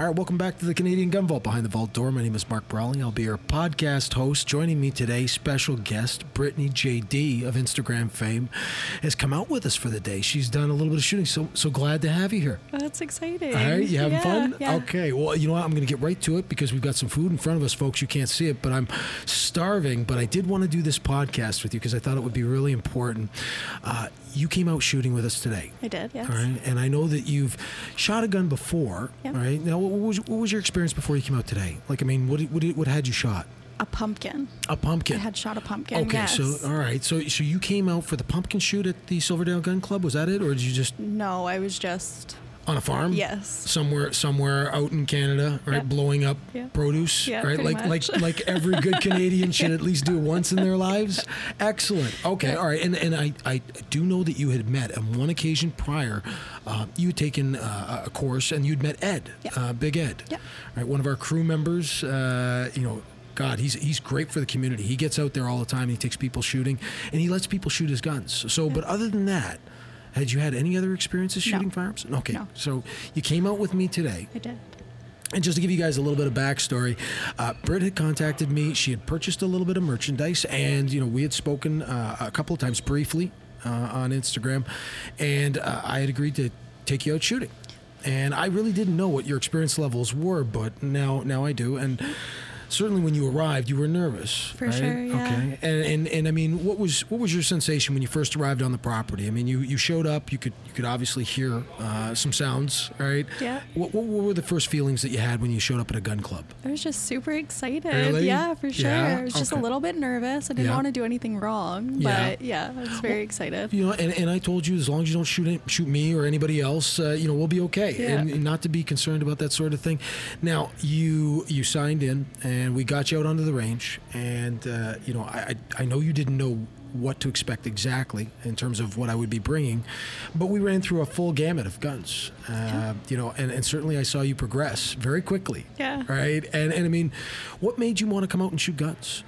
All right, welcome back to the Canadian Gun Vault Behind the Vault Door. My name is Mark Brawling. I'll be your podcast host. Joining me today, special guest Brittany JD of Instagram fame has come out with us for the day. She's done a little bit of shooting, so so glad to have you here. Well, that's exciting. All right, you having Yeah, fun? yeah. Okay. Well, you know what? I'm going to get right to it because we've got some food in front of us, folks. You can't see it, but I'm starving. But I did want to do this podcast with you because I thought it would be really important. Uh, you came out shooting with us today. I did, yes. All right, and I know that you've shot a gun before, Yep. all right? Now, what was, what was your experience before you came out today? Like, I mean, what did- what, did- what had you shot? A pumpkin. A pumpkin. I had shot a pumpkin. okay, yes. so all right, so so you came out for the pumpkin shoot at the Silverdale Gun Club. Was that it, or did you just no, I was just on a farm? Yes. Somewhere, somewhere out in Canada, right? Yep. Blowing up Yeah. produce, Yeah, right? pretty Like, much. like, like every good Canadian should at least do once in their lives. Excellent. Okay. All right. And and I, I do know that you had met on one occasion prior. Uh, you had taken uh, a course and you'd met Ed, Yeah. uh, Big Ed, Yeah. right? One of our crew members. Uh, you know. God, he's he's great for the community. He gets out there all the time. And he takes people shooting, and he lets people shoot his guns. So, but other than that, had you had any other experiences No. shooting firearms? Okay. No. So you came out with me today. I did. And just to give you guys a little bit of backstory, uh, Britt had contacted me. She had purchased a little bit of merchandise, and you know we had spoken uh, a couple of times briefly uh, on Instagram, and uh, I had agreed to take you out shooting. And I really didn't know what your experience levels were, but now now I do. And certainly when you arrived, you were nervous, For right? sure, yeah. Okay. And, and and I mean, what was what was your sensation when you first arrived on the property? I mean, you, you showed up. You could you could obviously hear uh, some sounds, right? Yeah. What, what, what were the first feelings that you had when you showed up at a gun club? I was just super excited. Really? Yeah, for sure. Yeah? I was just Okay. a little bit nervous. I didn't Yeah. want to do anything wrong, Yeah. but yeah, I was very excited. You know, and, and I told you as long as you don't shoot any- shoot me or anybody else, uh, you know, we'll be okay, Yeah. and, and not to be concerned about that sort of thing. Now you you signed in, and we got you out onto the range, and uh, you know, I I I know you didn't know what to expect exactly in terms of what I would be bringing, but we ran through a full gamut of guns. Uh, You know, and, and certainly I saw you progress very quickly. Yeah. Right, and and I mean, what made you want to come out and shoot guns?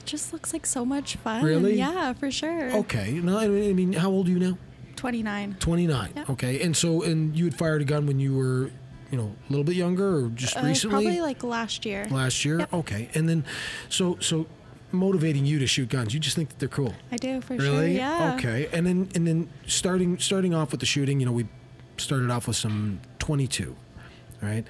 It just looks like so much fun. Really? Yeah, for sure. Okay. No, I mean, I mean, how old are you now? 29. 29. Yeah. Okay. And so, and you had fired a gun when you were, you know, a little bit younger or just Uh, recently? Probably like last year. last year? Yep. Okay. And then, so, so motivating you to shoot guns, you just think that they're cool. I do, for sure. Really? Yeah. Okay. And then, and then starting, starting off with the shooting, you know, we started off with some 22. Right.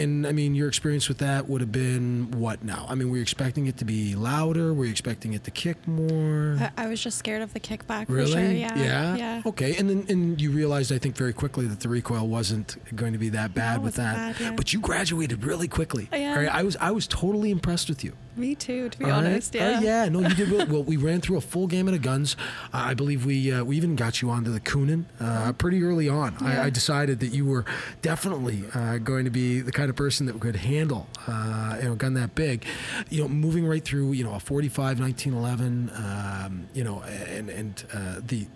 And I mean, your experience with that would have been what now? I mean, were you expecting it to be louder? Were you expecting it to kick more? I, I was just scared of the kickback Really? for sure. Yeah. yeah. Yeah. Okay. And then and you realized, I think, very quickly that the recoil wasn't going to be that bad with it's that. bad, yeah. But you graduated really quickly. Oh, yeah. All right, I was I was totally impressed with you. Me too, to be All right? honest. Uh, Yeah. yeah. No, you did well. well. We ran through a full gamut of guns. Uh, I believe we uh, we even got you onto the Kunin uh, Uh-huh. pretty early on. I, I decided that you were definitely uh, going to be the kind of person that could handle uh, you know a gun that big. You know, moving right through you know a 45, 1911. Um, you know, and and uh, the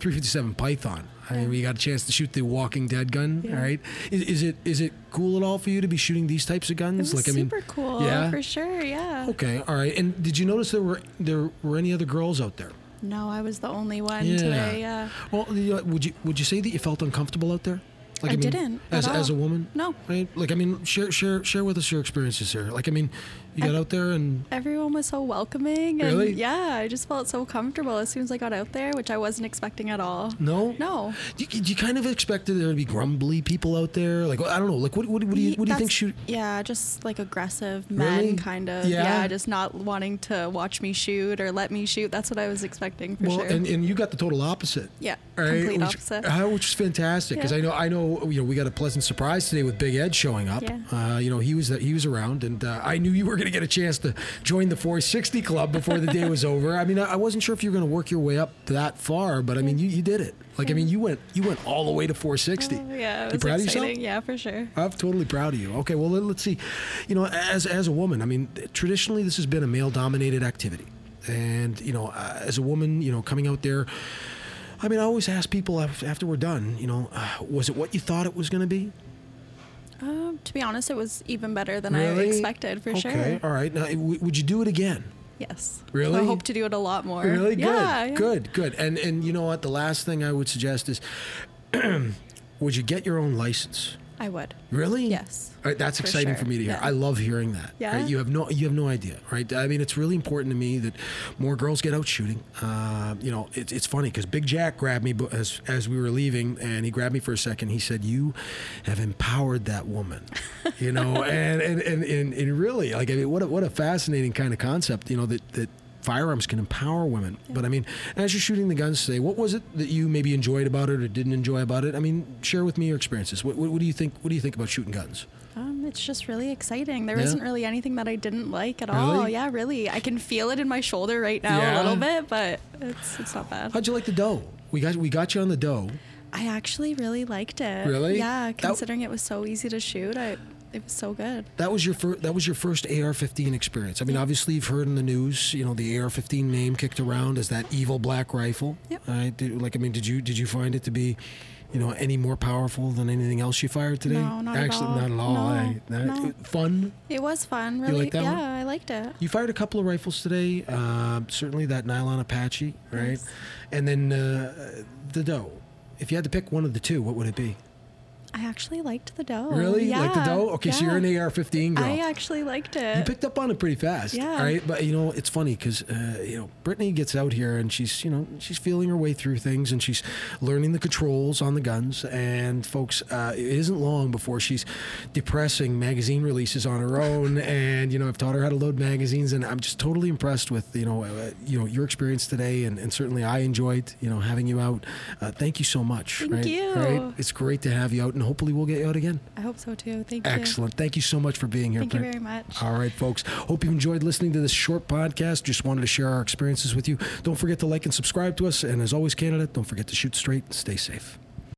357 Python. I mean, we got a chance to shoot the Walking Dead gun, Yeah. right? Is, is it is it cool at all for you to be shooting these types of It guns? was super cool. yeah? For sure. Yeah. Okay, all right. And did you notice there were there were any other girls out there? No, I was the only one today. Yeah. Well, you know, would you would you say that you felt uncomfortable out there? I didn't at As as a all. woman. No. Right. Like I mean, share share share with us your experiences here. Like I mean, you got out there and Everyone was so welcoming. And Really? Yeah. I just felt so comfortable as soon as I got out there, which I wasn't expecting at all. no No. You, you kind of expected there to be grumbly people out there. Like I don't know. Like what what, what do you what do you think? That's- Shoot. Yeah, just like aggressive men, Really? kind of. Yeah. just not wanting to watch me shoot or let me shoot. That's what I was expecting for Well, sure. and, and you got the total opposite. yeah, Right, complete which, opposite. uh, which is fantastic because Yeah. I know I know you know we got a pleasant surprise today with Big Ed showing up. Yeah. Uh, you know he was he was around, and uh, I knew you were going to get a chance to join the 460 Club before the day was over. I mean, I, I wasn't sure if you were going to work your way up that far, but I mean, you, you did it. Like I mean, you went you went all the way to 460. Oh, yeah, it you was proud exciting. of yourself? Yeah, for sure. I'm totally proud of you. Okay, well let, let's see. You know, as as a woman, I mean, traditionally this has been a male dominated activity, and you know, uh, as a woman, you know, coming out there. I mean, I always ask people af- after we're done, you know, uh, was it what you thought it was going to be? Um, to be honest, it was even better than I Really? expected for okay. sure. All right. Now, w- would you do it again? Yes. Really? I hope to do it a lot more. Really good. Yeah, yeah. Good. Good. And and you know what? The last thing I would suggest is, would you get your own license? I would. Really? Yes, All right, that's for exciting for sure. me to hear. Yeah. I love hearing that. Yeah? Right? You have no you have no idea, right? I mean, it's really important to me that more girls get out shooting. Um, you know, it's it's funny because Big Jack grabbed me bu- as as we were leaving, and he grabbed me for a second. He said, "You have empowered that woman," you know, and and and and, and really, like, I mean, what a, what a fascinating kind of concept, you know, that that. Firearms can empower women, but I mean, as you're shooting the guns today, what was it that you maybe enjoyed about it or didn't enjoy about it? I mean, share with me your experiences. What, what, what do you think? What do you think about shooting guns? Um, it's just really exciting. There Yeah? not really anything that I didn't like at all. Really? Yeah, really. I can feel it in my shoulder right now Yeah? a little bit, but it's it's not bad. How'd you like the dough? We got we got you on the dough. I actually really liked it. Really? Yeah, That- considering it was so easy to shoot, I it was so good. That was your first. That was your first AR-15 experience. I mean, obviously you've heard in the news, you know, the AR-15 name kicked around as that evil black rifle. Yep. Right? Did- like, I mean, did you did you find it to be, you know, any more powerful than anything else you fired today? No, not at Actually, all. not at all. No, eh? That- no. Fun. It was fun. Really? like that yeah, one? I liked it. You fired a couple of rifles today. Uh, certainly that nylon Apache, right? Yes. And then uh, the dough. If you had to pick one of the two, what would it be? I actually liked the dough. really? Oh, Yeah. Like the dough? Okay, so you're yeah. an AR-15 girl. I uh, actually liked it. You picked up on it pretty fast. Uh, Yeah. All right. But you know, it's funny because uh, you know Brittany gets out here and she's you know she's feeling her way through things and she's learning the controls on the guns. And folks, uh, it isn't long before she's depressing magazine releases on her own. and you know, I've taught her how to load magazines, and I'm just totally impressed with you know uh, you know your experience today, and, and certainly I enjoyed you know having you out. Uh, thank you so much. Thank right? you. Right? It's great to have you out, and hopefully we'll get you out again. I hope so too. Thank you. Excellent. Thank you so much for being here. Thank you Britt. very much. All right, folks. Hope you enjoyed listening to this short podcast. Just wanted to share our experiences with you. Don't forget to like and subscribe to us. And as always, Canada, don't forget to shoot straight and stay safe.